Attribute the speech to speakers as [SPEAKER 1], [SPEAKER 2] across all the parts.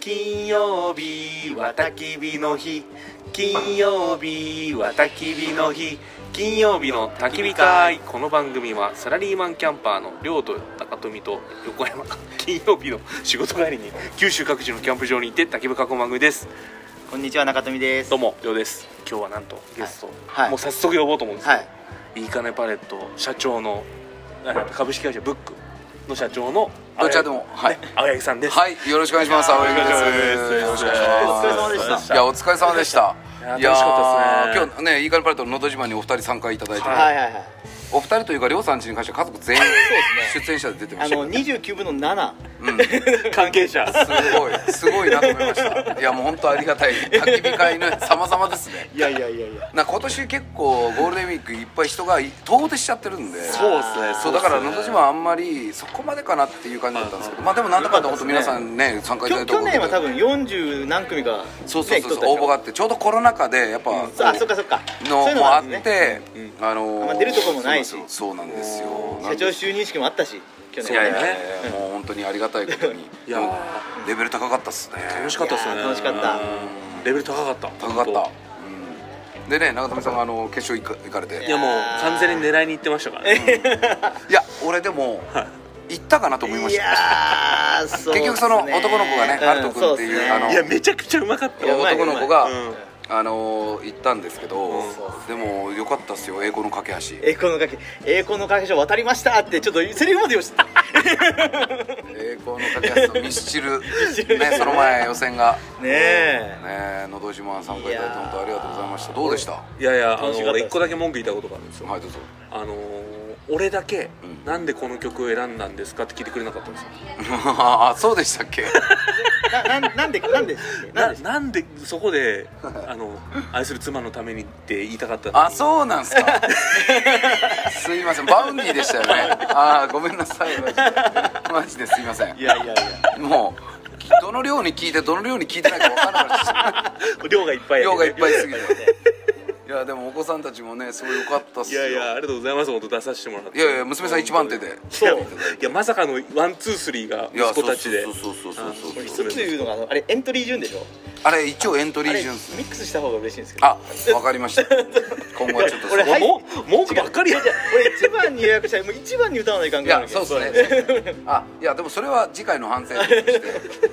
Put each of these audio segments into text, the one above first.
[SPEAKER 1] 金曜日は焚き火の日金曜日は焚き火の日金曜日の焚き火会この番組はサラリーマンキャンパーの亮と高富と横山 が金曜日の仕事帰りに九州各地のキャンプ場に行って焚き火囲む番組です
[SPEAKER 2] こんにちは中富です
[SPEAKER 1] どうも亮です今日はなんとゲスト、
[SPEAKER 2] はい
[SPEAKER 1] もう早速呼ぼうと思うんですけど、
[SPEAKER 2] はい
[SPEAKER 1] いいかねパレット社長のあ株式会社ブックの社長の
[SPEAKER 3] どちらでもはい
[SPEAKER 1] ね青柳さんです、
[SPEAKER 3] はい、よろしくお願いします。青柳です。
[SPEAKER 1] よろしくお
[SPEAKER 2] 願いしますお疲れ様でし
[SPEAKER 3] いや、お疲れ様でした。
[SPEAKER 1] いや楽しかったですね
[SPEAKER 3] いやー今日ね、イーカルパレットののど自慢にお二人参加いただいて、
[SPEAKER 1] は
[SPEAKER 2] はいはいはい
[SPEAKER 3] お二人というか、りょうさんちに関しては家族全員出演者で出てま
[SPEAKER 2] あ
[SPEAKER 3] した よ。
[SPEAKER 2] の29分の7
[SPEAKER 3] うん、す
[SPEAKER 1] 関係者
[SPEAKER 3] ごい、すごいなと思いました。いや、もう本当ありがたい。焚き火会の様々ですね。
[SPEAKER 2] いやいやいやいや
[SPEAKER 3] な今年結構ゴールデンウィークいっぱい人が遠出しちゃってるんで
[SPEAKER 1] そうですね
[SPEAKER 3] そうだから「のど自慢」あんまりそこまでかなっていう感じだったんですけどまあでもなんだかんだ本当皆さんね参加い
[SPEAKER 2] き
[SPEAKER 3] ただ
[SPEAKER 2] ょ
[SPEAKER 3] いたお
[SPEAKER 2] 去
[SPEAKER 3] かげで
[SPEAKER 2] 年は多分40何組が
[SPEAKER 3] そうそうそ
[SPEAKER 2] ね
[SPEAKER 3] う
[SPEAKER 2] 来とったでし
[SPEAKER 3] そう
[SPEAKER 2] ょ
[SPEAKER 3] 応募があってちょうどコロナ禍でやっぱ
[SPEAKER 2] そうあそっかそっか
[SPEAKER 3] の
[SPEAKER 2] そういうの
[SPEAKER 3] も
[SPEAKER 2] も
[SPEAKER 3] あ
[SPEAKER 2] あ
[SPEAKER 3] っ
[SPEAKER 2] るね
[SPEAKER 3] てあのー
[SPEAKER 2] まあ出るとこもないし
[SPEAKER 3] そうそうなんですよ
[SPEAKER 2] 社長就任式もあったし去
[SPEAKER 3] い
[SPEAKER 2] 年は
[SPEAKER 3] や
[SPEAKER 2] ね
[SPEAKER 3] いやいやもう本当にありがたいこと に
[SPEAKER 1] いや
[SPEAKER 3] うんレベル高かったっすね
[SPEAKER 1] 楽しかったですね
[SPEAKER 2] いやー楽しかった
[SPEAKER 1] うんレベル高かった
[SPEAKER 3] 高かった
[SPEAKER 1] 本
[SPEAKER 3] うんでね長富さんがあの決勝行か行かれ
[SPEAKER 1] 当
[SPEAKER 3] て
[SPEAKER 1] いやもう完全に狙いに行ってましたからね
[SPEAKER 3] いや俺でも行ったかなと思いま
[SPEAKER 2] い
[SPEAKER 3] し
[SPEAKER 2] や
[SPEAKER 3] た
[SPEAKER 2] ーそうっすね
[SPEAKER 3] 結局その男の子がね
[SPEAKER 2] ん
[SPEAKER 3] ハルト君っていう
[SPEAKER 2] そっすね
[SPEAKER 3] あの
[SPEAKER 1] いやめちゃくちゃうまかった
[SPEAKER 2] いやうまい
[SPEAKER 3] 男の子が
[SPEAKER 1] うまいうん
[SPEAKER 3] あのー行ったんですけど
[SPEAKER 1] うん
[SPEAKER 3] でも良かったっすよ英語の架け橋
[SPEAKER 2] 栄光の崖栄光の崖所渡りましたってちょっとセリフまでよし
[SPEAKER 3] 栄光の架け橋とミス チルねその前予選が
[SPEAKER 2] ねえ
[SPEAKER 3] ねえ「のど自慢」参加いただいて本当ありがとうございましたどうでしたはい
[SPEAKER 1] やいやあ
[SPEAKER 2] 楽しかったです
[SPEAKER 1] の俺一個だけ文句言いたいことがあるんですよ
[SPEAKER 3] いどうぞ
[SPEAKER 1] あのー俺だけ
[SPEAKER 3] うん
[SPEAKER 1] なんでこの曲を選んだんですかって聞いてくれなかったんですよ
[SPEAKER 3] あそうでしたっけ
[SPEAKER 2] ななんなんでなんでなん
[SPEAKER 1] な
[SPEAKER 2] で
[SPEAKER 1] なんでそこであの愛する妻のためにって言いたかったのに
[SPEAKER 3] あそうなんすか すいませんバウンディでしたよねああごめんなさいマジでマジですいません
[SPEAKER 2] いやいやいや
[SPEAKER 3] もうきどの量に聞いてどの量に聞いてないか分からなかった
[SPEAKER 1] 量がいっぱい
[SPEAKER 3] 量がいっぱい
[SPEAKER 1] い
[SPEAKER 3] すぎていやでもお子さんたちもねすごい良かったっす
[SPEAKER 1] いや
[SPEAKER 3] よ
[SPEAKER 1] いやありがとうございます本当出させてもらって
[SPEAKER 3] いやいや娘さん一番手で
[SPEAKER 2] そう
[SPEAKER 1] いやまさかのワンツースリーが
[SPEAKER 3] いや
[SPEAKER 1] 息子たちで
[SPEAKER 3] そうそうそうそうそうそう
[SPEAKER 1] あ
[SPEAKER 2] っていうのがあのあれエントリー順でしょ
[SPEAKER 3] あれ一応エントリ
[SPEAKER 2] あ
[SPEAKER 3] ー
[SPEAKER 2] れミ
[SPEAKER 3] 順っすね
[SPEAKER 2] ックスした方が嬉しいんですけど
[SPEAKER 3] あわかりました今後はちょっとそ
[SPEAKER 2] 俺
[SPEAKER 3] こ
[SPEAKER 2] はい
[SPEAKER 1] もう文句ばっかりや
[SPEAKER 2] 俺一番に予約したらもう一番に歌わないかん
[SPEAKER 3] い
[SPEAKER 2] ぐらい
[SPEAKER 3] や
[SPEAKER 2] の
[SPEAKER 3] そうですね
[SPEAKER 2] ね
[SPEAKER 3] そうですねあいやでもそれは次回の反省として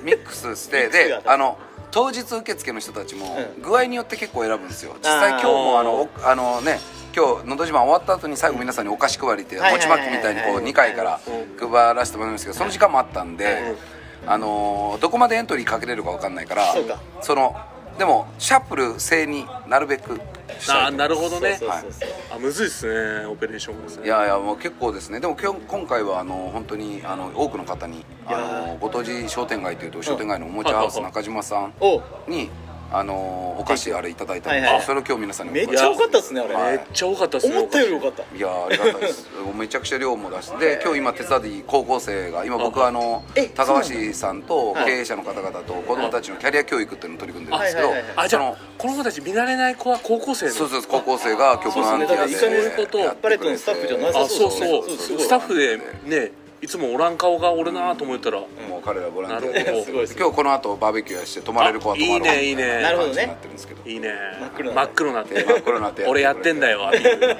[SPEAKER 3] ミックスして
[SPEAKER 2] ミックス
[SPEAKER 3] で
[SPEAKER 2] が
[SPEAKER 3] あの当日受付の人たちも
[SPEAKER 2] うん
[SPEAKER 3] 具合によって結構選ぶんですよ実際今日
[SPEAKER 1] あ
[SPEAKER 3] も
[SPEAKER 1] ー
[SPEAKER 3] あのおあのね今日「のど自慢」終わった後に最後皆さんにお菓子配りって
[SPEAKER 2] はいはい
[SPEAKER 3] 餅
[SPEAKER 2] はい
[SPEAKER 3] ま
[SPEAKER 2] はい
[SPEAKER 3] きみたいにこう2回から配らせてもらいましたけどその時間もあったんであのーどこまでエントリーかけれるか分かんないから
[SPEAKER 2] そうか
[SPEAKER 3] そのでもシャッフル制になるべくしたい
[SPEAKER 1] あー
[SPEAKER 3] と思います
[SPEAKER 1] なるほどね
[SPEAKER 2] そうそうそう
[SPEAKER 1] あむずいっすねオペレーションもですね
[SPEAKER 3] いやいやもう結構ですねでも今日今回はあの本当にあの多くの方にあのご当地商店街というと商店街のおもちゃハウス
[SPEAKER 1] うん
[SPEAKER 3] 中島さん
[SPEAKER 2] おう
[SPEAKER 3] にあのお菓子あれいただいたん
[SPEAKER 2] は
[SPEAKER 3] で
[SPEAKER 2] いはいはい
[SPEAKER 3] それを今日皆さんに
[SPEAKER 2] めっ
[SPEAKER 3] お
[SPEAKER 2] ちゃ良かったっすねあ
[SPEAKER 3] は
[SPEAKER 2] れ
[SPEAKER 1] めっ
[SPEAKER 3] い
[SPEAKER 1] ちゃ多かったっすね
[SPEAKER 2] 思ったより良かった
[SPEAKER 3] いやありがたいです もうめちゃくちゃ量も出してで今日今手伝い高校生が今僕はあの
[SPEAKER 2] え
[SPEAKER 3] 高橋さんと
[SPEAKER 2] はい
[SPEAKER 3] 経営者の方々と子供たちのキャリア教育っていうのを取り組んでるんですけど
[SPEAKER 2] はいはいはい
[SPEAKER 1] あじゃ
[SPEAKER 3] そ
[SPEAKER 1] あ
[SPEAKER 3] の
[SPEAKER 1] この子たち見慣れない子は高校生の
[SPEAKER 3] そうそう高校生が今日ボランティアで
[SPEAKER 2] そうですねだから一緒にいる
[SPEAKER 1] こと
[SPEAKER 3] やってく
[SPEAKER 2] パレ
[SPEAKER 3] れ
[SPEAKER 2] ットの
[SPEAKER 3] て
[SPEAKER 2] スタッフじゃなさ
[SPEAKER 1] あそう
[SPEAKER 2] そ
[SPEAKER 1] そうう
[SPEAKER 2] そうすごい
[SPEAKER 1] スタッフでねいつもおらん顔が俺なと思ったら
[SPEAKER 3] もう彼らボランティア
[SPEAKER 1] なるほ
[SPEAKER 3] で
[SPEAKER 1] ど
[SPEAKER 2] すごいすご
[SPEAKER 3] 今
[SPEAKER 2] い
[SPEAKER 3] 日この後バーベキューやして泊まれる子は泊まろうみた
[SPEAKER 1] あいいねいいね
[SPEAKER 2] なるほどね
[SPEAKER 3] 感じになってるんですけど
[SPEAKER 1] いいね
[SPEAKER 2] 真っ黒
[SPEAKER 1] 真っ黒になって
[SPEAKER 3] 真っ黒になって
[SPEAKER 1] 俺やってんだよっていう
[SPEAKER 3] で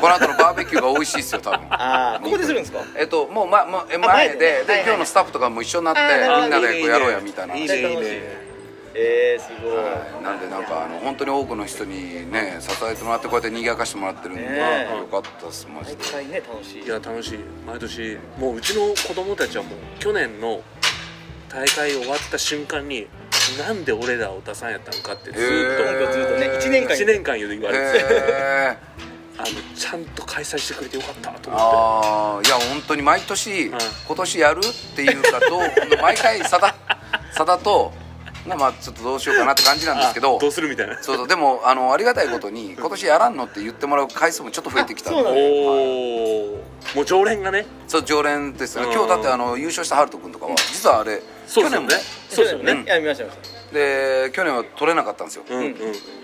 [SPEAKER 3] この後のバーベキューが美味しいですよ多分
[SPEAKER 2] ああここでするんですか
[SPEAKER 3] えっともう、まま、え
[SPEAKER 2] あ
[SPEAKER 3] 前で
[SPEAKER 2] 前でね
[SPEAKER 3] で
[SPEAKER 2] はいはい
[SPEAKER 3] 今日のスタッフとかも一緒になって
[SPEAKER 2] あーなるほど
[SPEAKER 3] みんなでこうやろうや
[SPEAKER 1] いいね
[SPEAKER 3] みたいない
[SPEAKER 1] いねいいね
[SPEAKER 2] えーすごい
[SPEAKER 3] はいなんでなんかあの本当に多くの人にね支えてもらってこうやって賑やかしてもらってるんで、
[SPEAKER 2] ねえ
[SPEAKER 3] よかったですマ
[SPEAKER 2] 毎
[SPEAKER 3] ジで
[SPEAKER 2] 回ね楽しい
[SPEAKER 1] いや楽しい毎年もううちの子供たちはもう去年の大会終わった瞬間になんで俺らを出さんやったんかってず
[SPEAKER 2] なん
[SPEAKER 1] ーっ
[SPEAKER 2] かずっとね一年
[SPEAKER 1] と
[SPEAKER 2] 間
[SPEAKER 1] 1年間言うて言われて
[SPEAKER 3] へえ
[SPEAKER 1] あのちゃんと開催してくれてよかったと思っ
[SPEAKER 3] ああいや本当に毎年、
[SPEAKER 1] ん
[SPEAKER 3] 今年やるっていう かどう毎回さださだとまあまあちょっとどうしようかなって感じなんですけ
[SPEAKER 1] て
[SPEAKER 3] ど
[SPEAKER 1] どうするみたいな
[SPEAKER 3] そうそうでもあのありがたいことに今年やらんのって言ってもらう回数もちょっと増えてきた
[SPEAKER 2] あそうなんだ
[SPEAKER 1] おおもう常連がね
[SPEAKER 3] そう常連ですよね
[SPEAKER 1] うん
[SPEAKER 3] 今日だってあの優勝したハルト君とかは実はあれ
[SPEAKER 1] そう
[SPEAKER 3] 去
[SPEAKER 1] ですよ
[SPEAKER 3] 年も
[SPEAKER 1] ねそうですよ
[SPEAKER 2] よ
[SPEAKER 1] ね
[SPEAKER 2] ねいや見ました見ました
[SPEAKER 3] で去年は取れなかったんですよ
[SPEAKER 1] うん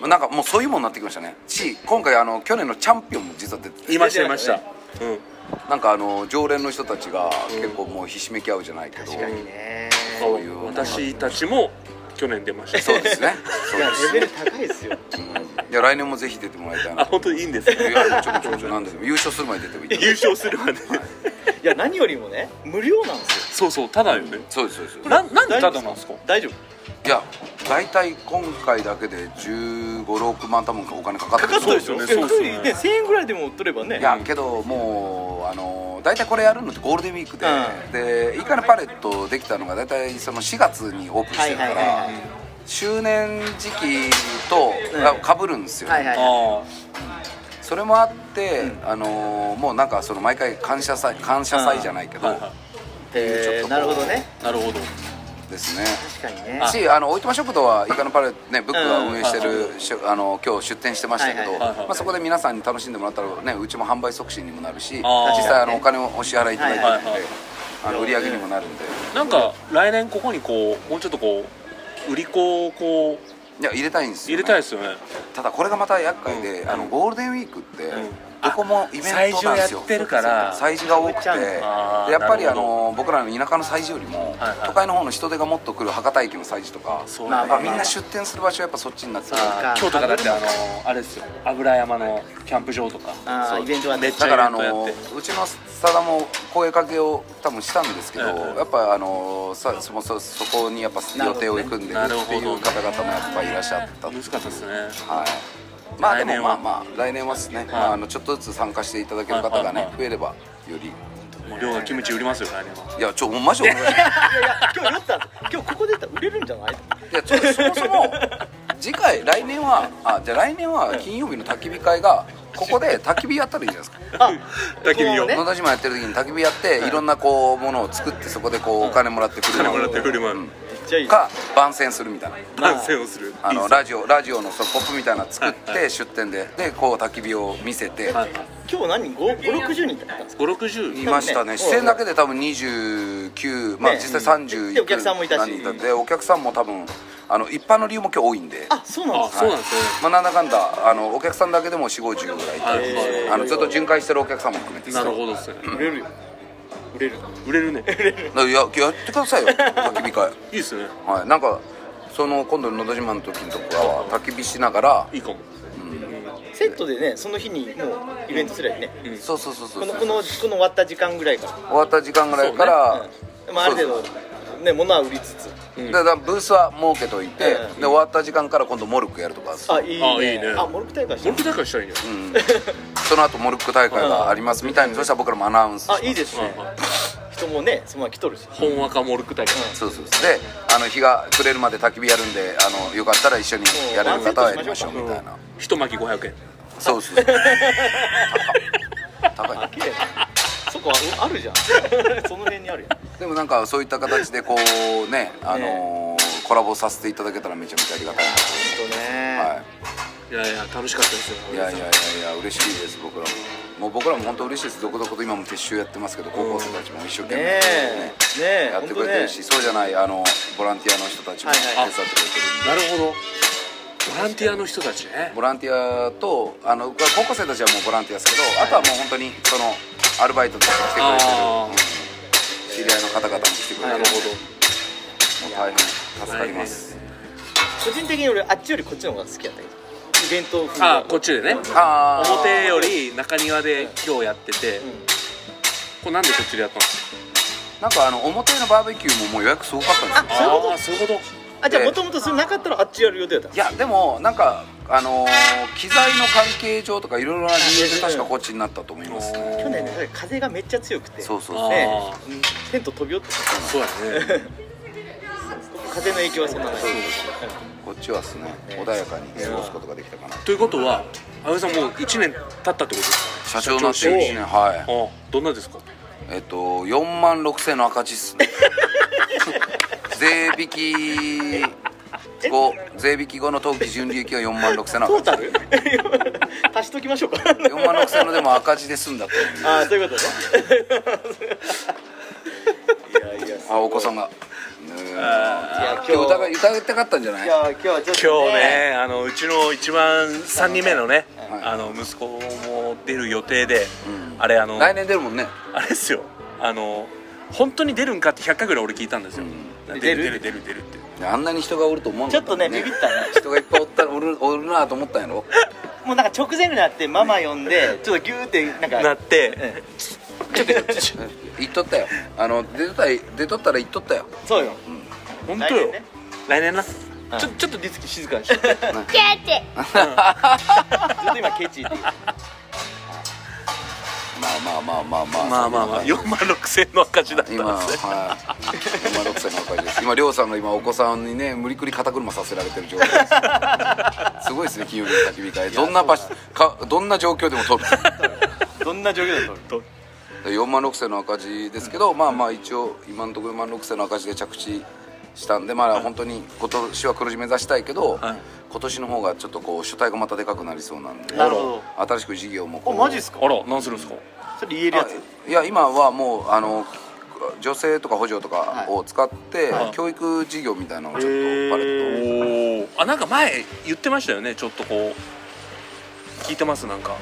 [SPEAKER 1] うん
[SPEAKER 3] なんかもうそういうもんになってきましたねし今回あの去年のチャンピオンも実は出てて
[SPEAKER 1] いましたいましたうん
[SPEAKER 3] なんかあの常連の人たちが結構もうひしめき合うじゃないけど
[SPEAKER 2] 確かにね
[SPEAKER 3] そういう
[SPEAKER 1] 私たちも去年出ました
[SPEAKER 3] そうですねそう
[SPEAKER 2] いや
[SPEAKER 3] です
[SPEAKER 2] レベル高いですよ
[SPEAKER 3] うんいや来年もぜひ出てもらいた い
[SPEAKER 1] あ
[SPEAKER 3] な
[SPEAKER 1] 本当にいいんですね
[SPEAKER 3] いやちょこちょこちょこなんですよ優勝する前に出てもいい
[SPEAKER 1] 優勝するまで
[SPEAKER 2] いや何よりもね無料なんですよ
[SPEAKER 1] そうそうただよね
[SPEAKER 3] そうですそうですそうです
[SPEAKER 1] ななんでただなんですか
[SPEAKER 2] 大丈夫
[SPEAKER 3] いや大体今回だけで1 5 6万多分お金かかってる
[SPEAKER 2] か
[SPEAKER 1] か
[SPEAKER 2] っ
[SPEAKER 1] ったたで
[SPEAKER 2] でし
[SPEAKER 1] し
[SPEAKER 2] ょ
[SPEAKER 1] ょ
[SPEAKER 2] 1
[SPEAKER 1] そうですね
[SPEAKER 2] 人で1000円ぐらいでも取ればね
[SPEAKER 3] いやけどもうあの大体これやるのってゴールデンウィークで、
[SPEAKER 2] うん
[SPEAKER 3] でイカのパレットできたのが大体その4月にオープンしてるから、
[SPEAKER 2] はいはいはいはい
[SPEAKER 3] 周年時期とかぶるんですよね、
[SPEAKER 2] はいはい
[SPEAKER 1] あ
[SPEAKER 3] それもあって、
[SPEAKER 2] う
[SPEAKER 3] あのもうなんかその毎回感謝祭感謝祭じゃないけ
[SPEAKER 1] あ
[SPEAKER 3] ど、
[SPEAKER 1] はいは
[SPEAKER 2] えーなるほどね
[SPEAKER 1] いなるほど
[SPEAKER 3] ですね
[SPEAKER 2] 確かにね
[SPEAKER 3] しあの大島食堂はイカのパレットねブックが運営して
[SPEAKER 1] うんはい
[SPEAKER 3] る、しあの今日出店してましたけ
[SPEAKER 2] は
[SPEAKER 3] ど、
[SPEAKER 2] い
[SPEAKER 1] はいはいはい
[SPEAKER 3] まあ、そこで皆さんに楽しんでもらったらねうちも販売促進にもなるし実
[SPEAKER 1] あー
[SPEAKER 3] 際あのお金をお支払いいただいてるんで、
[SPEAKER 1] はいはい
[SPEAKER 3] あの売り上げにもなるんで
[SPEAKER 1] なんか来年ここにこうもうちょっとこう売り子をこう
[SPEAKER 3] いや入れたいんですよ、
[SPEAKER 1] 入
[SPEAKER 3] ね、
[SPEAKER 1] れたいですよね
[SPEAKER 3] ただこれがまた厄介で、
[SPEAKER 1] うん
[SPEAKER 3] あのゴールデンウィークって、
[SPEAKER 1] ん
[SPEAKER 3] どこもイベントなんですよ
[SPEAKER 1] あ催事をやってるから
[SPEAKER 3] 催事が多くて
[SPEAKER 2] やっちゃうん
[SPEAKER 1] だあー
[SPEAKER 3] でやっぱり
[SPEAKER 1] な
[SPEAKER 3] あ
[SPEAKER 1] るほど
[SPEAKER 3] の僕らの田舎の催事よりも、
[SPEAKER 1] はいはい
[SPEAKER 3] 都会の方の人手がもっと来る博多駅の催事とか
[SPEAKER 1] そう
[SPEAKER 2] ま
[SPEAKER 1] だ
[SPEAKER 2] あ
[SPEAKER 1] ね
[SPEAKER 2] まあ
[SPEAKER 3] やっぱみんな出店する場所はやっぱそっちになっち
[SPEAKER 2] そう
[SPEAKER 3] ゃう
[SPEAKER 2] か
[SPEAKER 1] 今日とかだってあのあれですよ油山のキャンプ場とか
[SPEAKER 2] あーイベントはね
[SPEAKER 1] めっちゃ
[SPEAKER 3] だからあの
[SPEAKER 1] イベントやって
[SPEAKER 3] うちのスタダも声かけを多分したんですけど、
[SPEAKER 1] うんうん
[SPEAKER 3] やっぱあのさそもそそこにやっぱ予定を組んでる
[SPEAKER 1] な
[SPEAKER 3] っ
[SPEAKER 1] るほ
[SPEAKER 3] てい
[SPEAKER 1] どね
[SPEAKER 3] う方々もやっぱいらっしゃった
[SPEAKER 1] 難しかったですね
[SPEAKER 3] はい、まあで
[SPEAKER 1] 来
[SPEAKER 3] も
[SPEAKER 1] 年
[SPEAKER 3] まあ
[SPEAKER 1] は
[SPEAKER 3] まあ来年はですね、まあ、あのちょっとずつ参加していただける方がね、
[SPEAKER 1] はいはいはい
[SPEAKER 3] 増えればより
[SPEAKER 1] もう量がキムチ売りますよ来年はい
[SPEAKER 3] やちょもうマ ジお願いしま
[SPEAKER 2] いやいや今日酔ったんです今日ここ出たら売れるんじゃない
[SPEAKER 3] すいやちょっとそもそも次回来年はあじゃあ来年は金曜日の焚き火会がここで焚き火やったらいいじゃ ないですか
[SPEAKER 2] あ
[SPEAKER 1] 焚き火を
[SPEAKER 2] え
[SPEAKER 3] 野田島やってる時に焚き火やっていろんなこうものを作ってそこでこうお金もらってくる
[SPEAKER 1] 金もらって振る舞う
[SPEAKER 3] うん
[SPEAKER 2] めっちゃいいです
[SPEAKER 3] か番宣するみたいな
[SPEAKER 1] 番宣をする
[SPEAKER 3] あ
[SPEAKER 1] いい
[SPEAKER 3] の
[SPEAKER 1] ですね
[SPEAKER 3] ラジオラジオのそのポップみたいなの作っ
[SPEAKER 1] はいは
[SPEAKER 3] て出店ででこう焚き火を見せて
[SPEAKER 1] はいはい
[SPEAKER 2] 今日何560人だったんですか
[SPEAKER 1] 560
[SPEAKER 3] いましたね
[SPEAKER 2] ね
[SPEAKER 3] 出演だけで多分29まあ
[SPEAKER 2] ね
[SPEAKER 3] 実際30
[SPEAKER 2] でお客さんもいたし
[SPEAKER 3] 何だってお客さんも多分あの一般の理由も今日多いんで
[SPEAKER 2] あそうなん
[SPEAKER 1] あ
[SPEAKER 2] ですか
[SPEAKER 1] そうなんですね
[SPEAKER 3] まあなんだかんだあのお客さんだけでも4 5 0ぐらいいて
[SPEAKER 1] はいはい
[SPEAKER 3] あのずっと巡回してるお客さんも含めて
[SPEAKER 1] なるほどっすね
[SPEAKER 2] 売れるよ売れる
[SPEAKER 1] 売れるね
[SPEAKER 3] どいややってくださいよ焚き火会
[SPEAKER 1] いいですね
[SPEAKER 3] はいなんかその今度の「のど自慢」の時とかは焚き火しながら
[SPEAKER 1] いいかも
[SPEAKER 2] セットでねその日にもうイベントすればいいね
[SPEAKER 3] そうそうそうそ
[SPEAKER 2] こ
[SPEAKER 3] う
[SPEAKER 2] の
[SPEAKER 3] 終
[SPEAKER 2] このこの終わった時間ぐらいから
[SPEAKER 3] わった時間ぐらいから
[SPEAKER 2] うんまあ、ある程度ね物は売りつつ
[SPEAKER 3] だからブースは設けといて
[SPEAKER 2] うん
[SPEAKER 3] で終わった時間から今度モルックやるとか
[SPEAKER 2] あいいね
[SPEAKER 1] あいいね
[SPEAKER 2] あモルク大会し
[SPEAKER 1] モ
[SPEAKER 2] て
[SPEAKER 1] ルク大会したらいいんじゃない
[SPEAKER 3] その後モルック大会がありますみたいにそしたら僕らもアナウンスしま
[SPEAKER 2] あ
[SPEAKER 3] す
[SPEAKER 2] いいですね
[SPEAKER 1] はいはい
[SPEAKER 2] 人もねそのまま来とるし
[SPEAKER 1] ほんわかモルク大会
[SPEAKER 3] そうそうそうであの日が暮れるまで焚き火やるんであのよかったら一緒にやれる方はやりましょうみたいな
[SPEAKER 1] 一巻き500円
[SPEAKER 3] そうそうそう高い高
[SPEAKER 2] あ
[SPEAKER 3] い
[SPEAKER 2] 綺麗だそこああるじゃん その辺にあるやん
[SPEAKER 3] でもなんかそういった形でこうねあのーコラボさせていただけたらめちゃめちゃありがたいな
[SPEAKER 2] ほんとね、
[SPEAKER 3] はい
[SPEAKER 1] やいや楽しかったですよ
[SPEAKER 3] い、いやいやいやいや嬉しいです僕らももう僕らも本当嬉しいです続々と今も撤収やってますけど高校生たちも一生懸
[SPEAKER 2] ねえ
[SPEAKER 3] 命、ね
[SPEAKER 2] ねえ
[SPEAKER 3] やってくれてるし、
[SPEAKER 2] ほんとね
[SPEAKER 3] そうじゃないあのボランティアの人たちも
[SPEAKER 2] は
[SPEAKER 3] 手
[SPEAKER 2] いは
[SPEAKER 3] 伝
[SPEAKER 2] い
[SPEAKER 3] ってくれてるんで、
[SPEAKER 1] なるほどボランティアの人たちね
[SPEAKER 3] ボランティアとあの高校生たちはもうボランティアですけど、あとはもう本当にそのアルバイトとか来てくれてる、
[SPEAKER 1] あー
[SPEAKER 3] 知り合いの方々も来てくれ
[SPEAKER 1] な
[SPEAKER 3] てる
[SPEAKER 1] る
[SPEAKER 3] も
[SPEAKER 1] ほど
[SPEAKER 3] う大変助かります、
[SPEAKER 2] 個人的に俺あっちよりこっちの方が好きやったけどイベント風
[SPEAKER 1] あこっちでね
[SPEAKER 3] あー
[SPEAKER 1] 表より中庭で今日やってて
[SPEAKER 2] うん
[SPEAKER 1] これなんでこっちでやったんですか
[SPEAKER 3] なんかあの表のバーベキューももう予約すごかったんですよ
[SPEAKER 2] そういうこと
[SPEAKER 1] あーそういうこと
[SPEAKER 2] あじゃあ
[SPEAKER 3] で
[SPEAKER 2] もともとそれなかったらあっちやる予定やった
[SPEAKER 3] いやでもなんかあのー機材の関係上とかいろいろな理由で確かこっちになったと思いますね
[SPEAKER 2] 去年ねだから風がめっちゃ強くて
[SPEAKER 3] そうそうそう
[SPEAKER 1] あ
[SPEAKER 2] ねうんテント飛び寄ってた
[SPEAKER 1] そうやね
[SPEAKER 2] 風の影響はそんなない
[SPEAKER 3] こっちはですね穏やかに過ごすことができたかな
[SPEAKER 1] ということは阿部さんもう1年経ったってことです
[SPEAKER 3] 社長になって1年はい
[SPEAKER 1] かあどんなですか
[SPEAKER 3] えっと4万6000の赤字っす ね税引き後税引き後の当期純利益は4万6000の
[SPEAKER 2] トー
[SPEAKER 3] 赤
[SPEAKER 2] タル 足しときましょうか
[SPEAKER 3] 字4万6000のでも赤字で済んだという
[SPEAKER 2] ああそういうことね いやいや
[SPEAKER 3] あお子さんがね
[SPEAKER 2] いや
[SPEAKER 3] え今日疑い疑ってかったんじゃない
[SPEAKER 2] 今日今日はち
[SPEAKER 1] 今
[SPEAKER 2] ょっと
[SPEAKER 1] 日ねあのうちの一番3人目のね
[SPEAKER 3] はい
[SPEAKER 1] あの息子も出る予定で
[SPEAKER 3] うん
[SPEAKER 1] あれあの
[SPEAKER 3] 来年出るもんね
[SPEAKER 1] あれですよあの本当に出るんかって100回ぐらい俺聞いたんですよ、
[SPEAKER 3] うん
[SPEAKER 1] 出る出る
[SPEAKER 2] 出る
[SPEAKER 1] 出る出るって
[SPEAKER 3] あんなに人がおると思うん
[SPEAKER 2] ち
[SPEAKER 3] だ
[SPEAKER 2] ょっとねビビったね
[SPEAKER 3] 人がいっぱいおったおるおるなと思ったんやろ
[SPEAKER 2] もうなんか直前ぐらいになってママ呼んでちょっとギューってなんか
[SPEAKER 1] なって、
[SPEAKER 2] ちょっとちょっ
[SPEAKER 3] 言っとったよあの出とった出とったら言っとったよ
[SPEAKER 2] とそうよ
[SPEAKER 1] 本当よ
[SPEAKER 2] 来年ね
[SPEAKER 1] 来年な
[SPEAKER 2] ちょちょっとディスキ静かにしてちょっと今ケチっていう
[SPEAKER 3] まあまあまあまあ
[SPEAKER 1] まあ
[SPEAKER 3] まあ
[SPEAKER 1] まあまあ4万6000の赤字だったんです
[SPEAKER 3] 今
[SPEAKER 1] ね
[SPEAKER 3] はい今6歳の赤字です今亮さんが今お子さんにね無理くり肩車させられてる状態ですすごいですね金曜日の焚き火会どんな場所かどんな状況でも撮る
[SPEAKER 2] どんな状況だと
[SPEAKER 1] と
[SPEAKER 3] 4万6千の赤字ですけど、まあまあ一応今のところ4万6千の赤字で着地したんでまあ本当に今年は黒字目指したいけど、
[SPEAKER 1] はい
[SPEAKER 3] 今年の方がちょっとこう主体がまたでかくなりそうなんで
[SPEAKER 2] なるほ
[SPEAKER 3] 新しく事業もこ
[SPEAKER 2] お
[SPEAKER 3] う
[SPEAKER 2] マジっすか
[SPEAKER 1] あら何するんですか
[SPEAKER 2] それ言えるやつ
[SPEAKER 3] いや今はもうあの女性とか補助とかを使って、
[SPEAKER 1] はい
[SPEAKER 3] 教育事業みたいなのをちょっと
[SPEAKER 2] へー
[SPEAKER 3] パレット
[SPEAKER 1] お
[SPEAKER 3] を
[SPEAKER 1] おあなんか前言ってましたよねちょっとこう聞いてますなんか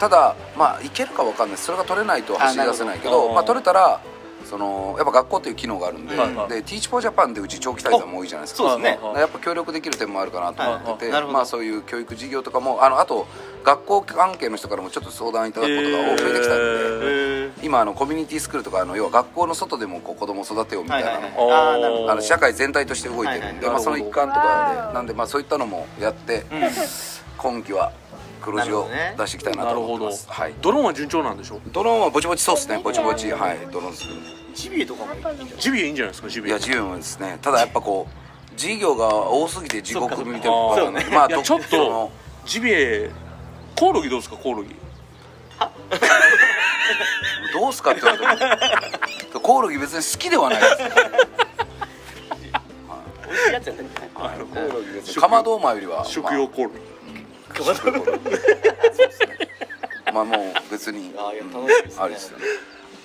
[SPEAKER 3] ただまあいけるかわかんないそれが取れないと走り出せないけ
[SPEAKER 1] あなる
[SPEAKER 3] ど
[SPEAKER 1] ほど
[SPEAKER 3] まあ、取れたらそのやっぱ学校っていう機能があるんで,、
[SPEAKER 1] はいはい
[SPEAKER 3] で Teach for Japan でうち長期滞在も多いじゃないですか
[SPEAKER 2] そうですね
[SPEAKER 1] はいはい
[SPEAKER 3] やっぱ協力できる点もあるかなと思ってて、
[SPEAKER 2] はいなるほど
[SPEAKER 3] まあ、そういう教育事業とかもあのあと学校関係の人からもちょっと相談いただくことが増えてきたんで、
[SPEAKER 1] へー
[SPEAKER 2] へ
[SPEAKER 3] 今あのコミュニティスクールとかあの要は学校の外でもこう子供を育てようみたいなのも、
[SPEAKER 2] はいはいはいあーなるほ
[SPEAKER 1] お
[SPEAKER 2] ど
[SPEAKER 1] ー
[SPEAKER 3] あの社会全体として動いてるんで、
[SPEAKER 1] はいはい
[SPEAKER 3] まあ、その一環とかでなんでまあそういったのもやって、今期は黒字
[SPEAKER 2] なるほ
[SPEAKER 3] を
[SPEAKER 2] どね
[SPEAKER 3] 出していきたいな
[SPEAKER 1] なる
[SPEAKER 3] と
[SPEAKER 1] ほ
[SPEAKER 3] 思って
[SPEAKER 1] ど
[SPEAKER 3] ます、はい、
[SPEAKER 1] ドローンは順調なんでしょ
[SPEAKER 3] ドローンはぼちぼちそうですねぼちぼちはいドローン作る
[SPEAKER 2] ジビエとかもいいんじゃない
[SPEAKER 1] ジビエいいんじゃないですかジ
[SPEAKER 3] い
[SPEAKER 1] ビエ
[SPEAKER 3] や自由もですねただやっぱこう事業が多すぎて地獄見てる
[SPEAKER 1] あー
[SPEAKER 3] からねまあ
[SPEAKER 1] いや
[SPEAKER 3] ど
[SPEAKER 1] ちょっ
[SPEAKER 3] そ
[SPEAKER 1] と
[SPEAKER 3] の
[SPEAKER 1] ジビエコオロギどうですかコオロギ
[SPEAKER 3] どうすかって言われてもコオロギ別に好きではないです
[SPEAKER 2] 美味しいやつやったんじゃない
[SPEAKER 1] あのコオロギです
[SPEAKER 3] かまどーまよりは
[SPEAKER 1] 食用コオロギ
[SPEAKER 3] まあ、まあもう別に
[SPEAKER 2] あーいや
[SPEAKER 3] うん
[SPEAKER 2] 楽しみですね
[SPEAKER 3] ありですよね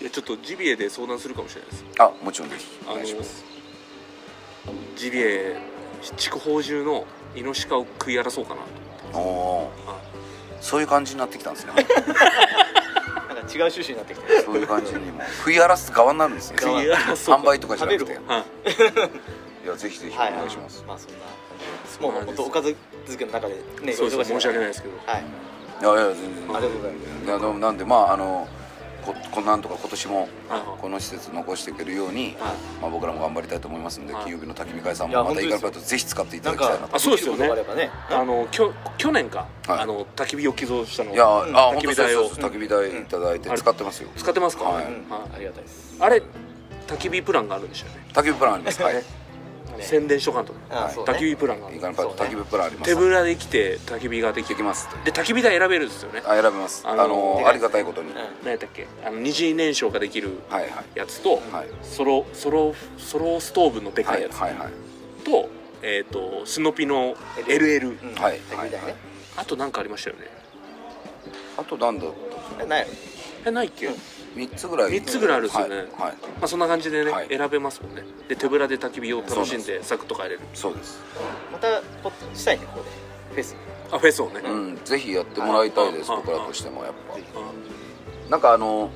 [SPEAKER 1] いやちょっとジビエで相談するかもしれないです
[SPEAKER 3] あもちろんぜひ
[SPEAKER 1] あ
[SPEAKER 3] お
[SPEAKER 1] の
[SPEAKER 3] 願いします
[SPEAKER 1] ジビエ筑豊中のイノシカを食い争そうかなと
[SPEAKER 3] おおー
[SPEAKER 1] あ
[SPEAKER 3] そういう感じになってきたんですね
[SPEAKER 2] なんか違う趣旨になってきてる
[SPEAKER 3] そういう感じにも食い荒らす側になるんですね
[SPEAKER 2] 食い
[SPEAKER 1] 荒らそう
[SPEAKER 3] 販売とかじゃなく
[SPEAKER 2] 食べ
[SPEAKER 3] て
[SPEAKER 2] る
[SPEAKER 1] はい
[SPEAKER 3] いやぜひぜひお
[SPEAKER 2] はい
[SPEAKER 3] 願いします、
[SPEAKER 2] まあそんな感じです
[SPEAKER 1] そう
[SPEAKER 2] も
[SPEAKER 1] な
[SPEAKER 2] うん
[SPEAKER 1] で
[SPEAKER 2] 本
[SPEAKER 1] す
[SPEAKER 2] 当おかず漬けの中でね
[SPEAKER 1] そうです申し訳ない
[SPEAKER 2] い
[SPEAKER 1] ですけど
[SPEAKER 2] はい
[SPEAKER 3] い、やいや全然
[SPEAKER 2] ありがとうございます
[SPEAKER 3] いやでもなんでまああのここなんとか今年も
[SPEAKER 1] はい
[SPEAKER 3] この施設残していけるように、
[SPEAKER 1] はい
[SPEAKER 3] まあ、僕らも頑張りたいと思いますんで、
[SPEAKER 1] はい
[SPEAKER 3] 金曜日の焚き火会さん
[SPEAKER 2] いや
[SPEAKER 3] もまた
[SPEAKER 2] 本当
[SPEAKER 3] イ
[SPEAKER 2] です
[SPEAKER 3] ガ
[SPEAKER 2] よ
[SPEAKER 3] ルパイとぜひ使っていただきたいなと
[SPEAKER 1] あそうですよね
[SPEAKER 2] できることがあれば
[SPEAKER 1] あ
[SPEAKER 2] ね
[SPEAKER 1] のきょ去年か、
[SPEAKER 3] はい
[SPEAKER 1] あの焚き火を寄贈したの
[SPEAKER 3] いや、あ
[SPEAKER 1] 焚
[SPEAKER 3] 本
[SPEAKER 1] き
[SPEAKER 3] 当
[SPEAKER 1] 火
[SPEAKER 3] そう
[SPEAKER 1] 台
[SPEAKER 3] そう
[SPEAKER 1] を
[SPEAKER 3] そう焚き火台いただいて
[SPEAKER 1] うん
[SPEAKER 3] 使ってますよ
[SPEAKER 1] 使ってますか、
[SPEAKER 3] はい
[SPEAKER 2] うんありがたいです
[SPEAKER 1] あれ焚き火プランがあるんでしたよね
[SPEAKER 3] 焚き火プランありますはい
[SPEAKER 2] ね
[SPEAKER 1] 宣伝しとかんとね
[SPEAKER 2] あそうね
[SPEAKER 1] 焚き火プランがある
[SPEAKER 3] イガルパイと
[SPEAKER 2] そう
[SPEAKER 3] 焚
[SPEAKER 2] ね
[SPEAKER 3] き火プランあります
[SPEAKER 1] 手ぶらで来て焚き火ができ
[SPEAKER 3] で
[SPEAKER 1] て
[SPEAKER 3] きますと
[SPEAKER 1] で焚き火台選べるんですよね
[SPEAKER 3] あ選べます
[SPEAKER 1] あ
[SPEAKER 3] あ
[SPEAKER 1] の
[SPEAKER 3] の
[SPEAKER 1] で
[SPEAKER 3] ありがたいことに、
[SPEAKER 2] ん
[SPEAKER 3] はい
[SPEAKER 1] 何やったっけあの二次燃焼ができる
[SPEAKER 3] はい
[SPEAKER 1] やつと、
[SPEAKER 3] はい
[SPEAKER 1] ソロソロソロストーブのでか
[SPEAKER 3] はいい
[SPEAKER 1] やつと、
[SPEAKER 3] はいはい
[SPEAKER 1] えっ、とスノピの LL、
[SPEAKER 2] うん
[SPEAKER 3] はい
[SPEAKER 2] できるみたいね
[SPEAKER 1] あとなんかありましたよね
[SPEAKER 3] あと何だろう
[SPEAKER 2] えないの
[SPEAKER 1] えないっけ、
[SPEAKER 2] うん
[SPEAKER 3] 三つぐらい
[SPEAKER 1] 三つぐらいあるんですよね
[SPEAKER 3] はい、はい
[SPEAKER 1] まあ、そんな感じでね、
[SPEAKER 3] はい
[SPEAKER 1] 選べますもんねで手ぶらで焚き火を楽しんで柵とか入れる
[SPEAKER 3] そうです
[SPEAKER 2] またこしたいねここでフェス
[SPEAKER 1] あフェスをね、
[SPEAKER 3] う
[SPEAKER 1] あ
[SPEAKER 3] んぜひやってもらいたいです
[SPEAKER 1] はい
[SPEAKER 3] 僕らとしてもやっぱなんかあの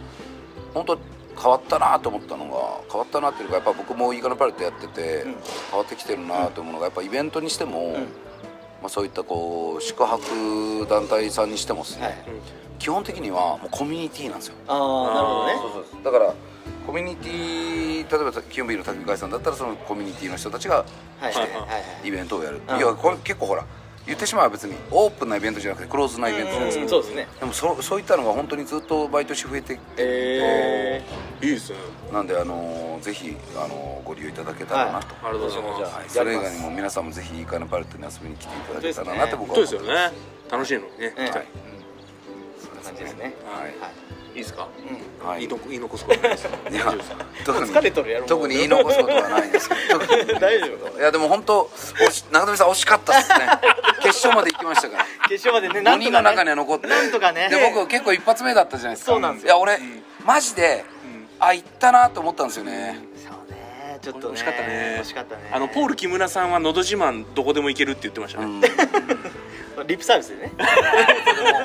[SPEAKER 3] 本当変わったなと思ったのが変わったなっていうかやっぱ僕もイーガルパレットやってて、
[SPEAKER 2] うん
[SPEAKER 3] 変わってきてるなと思うのがやっぱイベントにしても、
[SPEAKER 2] うん
[SPEAKER 3] まあ、そういったこう宿泊団体さんにしてもですね、
[SPEAKER 2] はい
[SPEAKER 1] うん
[SPEAKER 3] 基本的にはもうコミュニティなんですよ
[SPEAKER 2] ああなるほどね
[SPEAKER 1] あー
[SPEAKER 3] そうそうだからコミュニティ例えば清水の焚き火会さんだったらそのコミュニティの人たちが
[SPEAKER 2] はい
[SPEAKER 1] そ
[SPEAKER 2] は
[SPEAKER 1] う
[SPEAKER 2] いはい
[SPEAKER 3] イベントをやる、
[SPEAKER 2] うん
[SPEAKER 3] いやこれ結構ほら言ってしまえば別にオープンなイベントじゃなくてクローズなイベントじゃないです
[SPEAKER 2] う
[SPEAKER 3] か
[SPEAKER 2] んそうですね
[SPEAKER 3] でもそそういったのが本当にずっと毎年増えてきて
[SPEAKER 2] え
[SPEAKER 1] いいですね
[SPEAKER 3] なんであのーぜひあのーご利用いただけたらなと、
[SPEAKER 1] ありがとうございます
[SPEAKER 2] じゃ
[SPEAKER 3] はい
[SPEAKER 2] あ
[SPEAKER 3] それ以外にも皆さんもぜひイカのパレットに遊びに来ていただけたらなって僕は
[SPEAKER 1] そうで
[SPEAKER 3] 思
[SPEAKER 1] すよね楽しいのにね、
[SPEAKER 2] え
[SPEAKER 1] はい
[SPEAKER 2] えそんな感じですね
[SPEAKER 3] はい
[SPEAKER 2] はい
[SPEAKER 1] いいですか、
[SPEAKER 2] うん
[SPEAKER 3] はい
[SPEAKER 1] 言いの言い残すことないです か
[SPEAKER 3] い
[SPEAKER 1] 大
[SPEAKER 3] や
[SPEAKER 1] 丈夫ですか
[SPEAKER 3] 特に
[SPEAKER 2] 疲れとるやろもう
[SPEAKER 3] 特に言い残すことはないですけど特に
[SPEAKER 2] 大丈夫
[SPEAKER 3] いやでも本当惜し中富さん惜しかっ たですね決勝まで行きましたから
[SPEAKER 2] 決勝までね
[SPEAKER 3] 5人の中に
[SPEAKER 2] ね
[SPEAKER 3] は残って
[SPEAKER 2] なんとかね
[SPEAKER 3] で僕結構一発目だったじゃないですか
[SPEAKER 2] そうなんです
[SPEAKER 3] い
[SPEAKER 2] よ
[SPEAKER 3] や俺マジであ行ったなと思ったんですよね
[SPEAKER 2] そうねちょっとね
[SPEAKER 1] 惜しかったね
[SPEAKER 2] 惜しかったね
[SPEAKER 1] あのポール木村さんは「のど自慢」どこでも行けるって言ってました
[SPEAKER 3] う
[SPEAKER 1] ね、
[SPEAKER 3] んどこ
[SPEAKER 2] リップサービスでね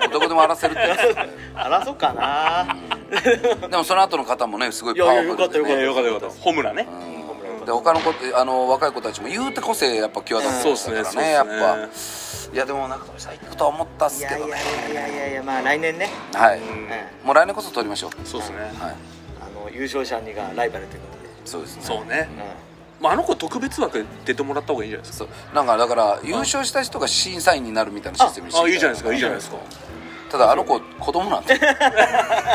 [SPEAKER 3] でもどこでも荒らせるってやつですね
[SPEAKER 2] 争そうかな
[SPEAKER 3] でもその後の方もねすごい
[SPEAKER 2] い
[SPEAKER 3] パ
[SPEAKER 2] やいや
[SPEAKER 3] ワ
[SPEAKER 2] よ
[SPEAKER 3] フ
[SPEAKER 2] かったよ
[SPEAKER 3] ルで
[SPEAKER 1] いや
[SPEAKER 3] ね
[SPEAKER 1] よかったよかったホムラね、
[SPEAKER 3] うん
[SPEAKER 2] ホームラン
[SPEAKER 3] で他の子あの若い子たちも言うて個性やっぱ際立つ
[SPEAKER 1] そうっすね
[SPEAKER 3] から
[SPEAKER 1] そうっすね
[SPEAKER 3] やっぱいやでもなんか最高とは思ったっ
[SPEAKER 2] い
[SPEAKER 3] すけ
[SPEAKER 2] やい
[SPEAKER 3] どね
[SPEAKER 2] やいやいやいやまあ来年ね、
[SPEAKER 3] はい
[SPEAKER 2] うん、
[SPEAKER 3] もう来年こそ取りましょ
[SPEAKER 1] そうですね、
[SPEAKER 3] うはい
[SPEAKER 2] あの優勝者にがライバルということで、
[SPEAKER 3] そうですね
[SPEAKER 1] そうね、
[SPEAKER 2] う
[SPEAKER 1] まあ、あの子特別枠に出てもらった方がいいんじゃないですか
[SPEAKER 3] そうなんかだから優勝した人が審査員になるみたいなシステムにして
[SPEAKER 1] あいい
[SPEAKER 3] み
[SPEAKER 1] じ
[SPEAKER 3] た
[SPEAKER 1] ゃないですかいいじゃないですか
[SPEAKER 3] ただあの子子 供なんで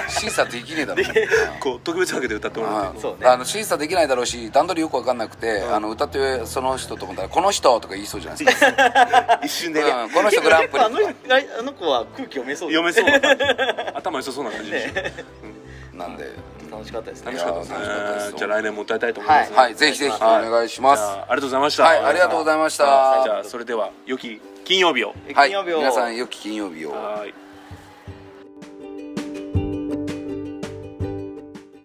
[SPEAKER 3] 審査できねえだろうな
[SPEAKER 1] こう特別枠で歌ってもらっ
[SPEAKER 3] は
[SPEAKER 1] て
[SPEAKER 3] い
[SPEAKER 2] そうね
[SPEAKER 3] あの審査できないだろうし段取りよく分かんなくて、あの歌ってその人と思ったら「この人」とか言いそうじゃないですか、
[SPEAKER 1] 一瞬でね
[SPEAKER 3] うん、この人
[SPEAKER 2] ん、
[SPEAKER 3] グランプリ
[SPEAKER 2] 結構あの人来あの子は空気読めそう
[SPEAKER 1] 読めそうな感じ頭良さそうな感じでしょ
[SPEAKER 3] なんで
[SPEAKER 2] 楽しかったですね
[SPEAKER 1] 楽しかったですね
[SPEAKER 3] いやー楽しかったです
[SPEAKER 1] じゃあ来年も歌いたいと思いますね
[SPEAKER 3] はいぜひぜひお願いします、
[SPEAKER 1] じゃあありがとうございました
[SPEAKER 3] はいありがとうございました
[SPEAKER 1] じゃあそれでは良き金曜日を
[SPEAKER 2] え
[SPEAKER 3] はい
[SPEAKER 2] 金曜日を
[SPEAKER 3] 皆さん良き金曜日を
[SPEAKER 1] はい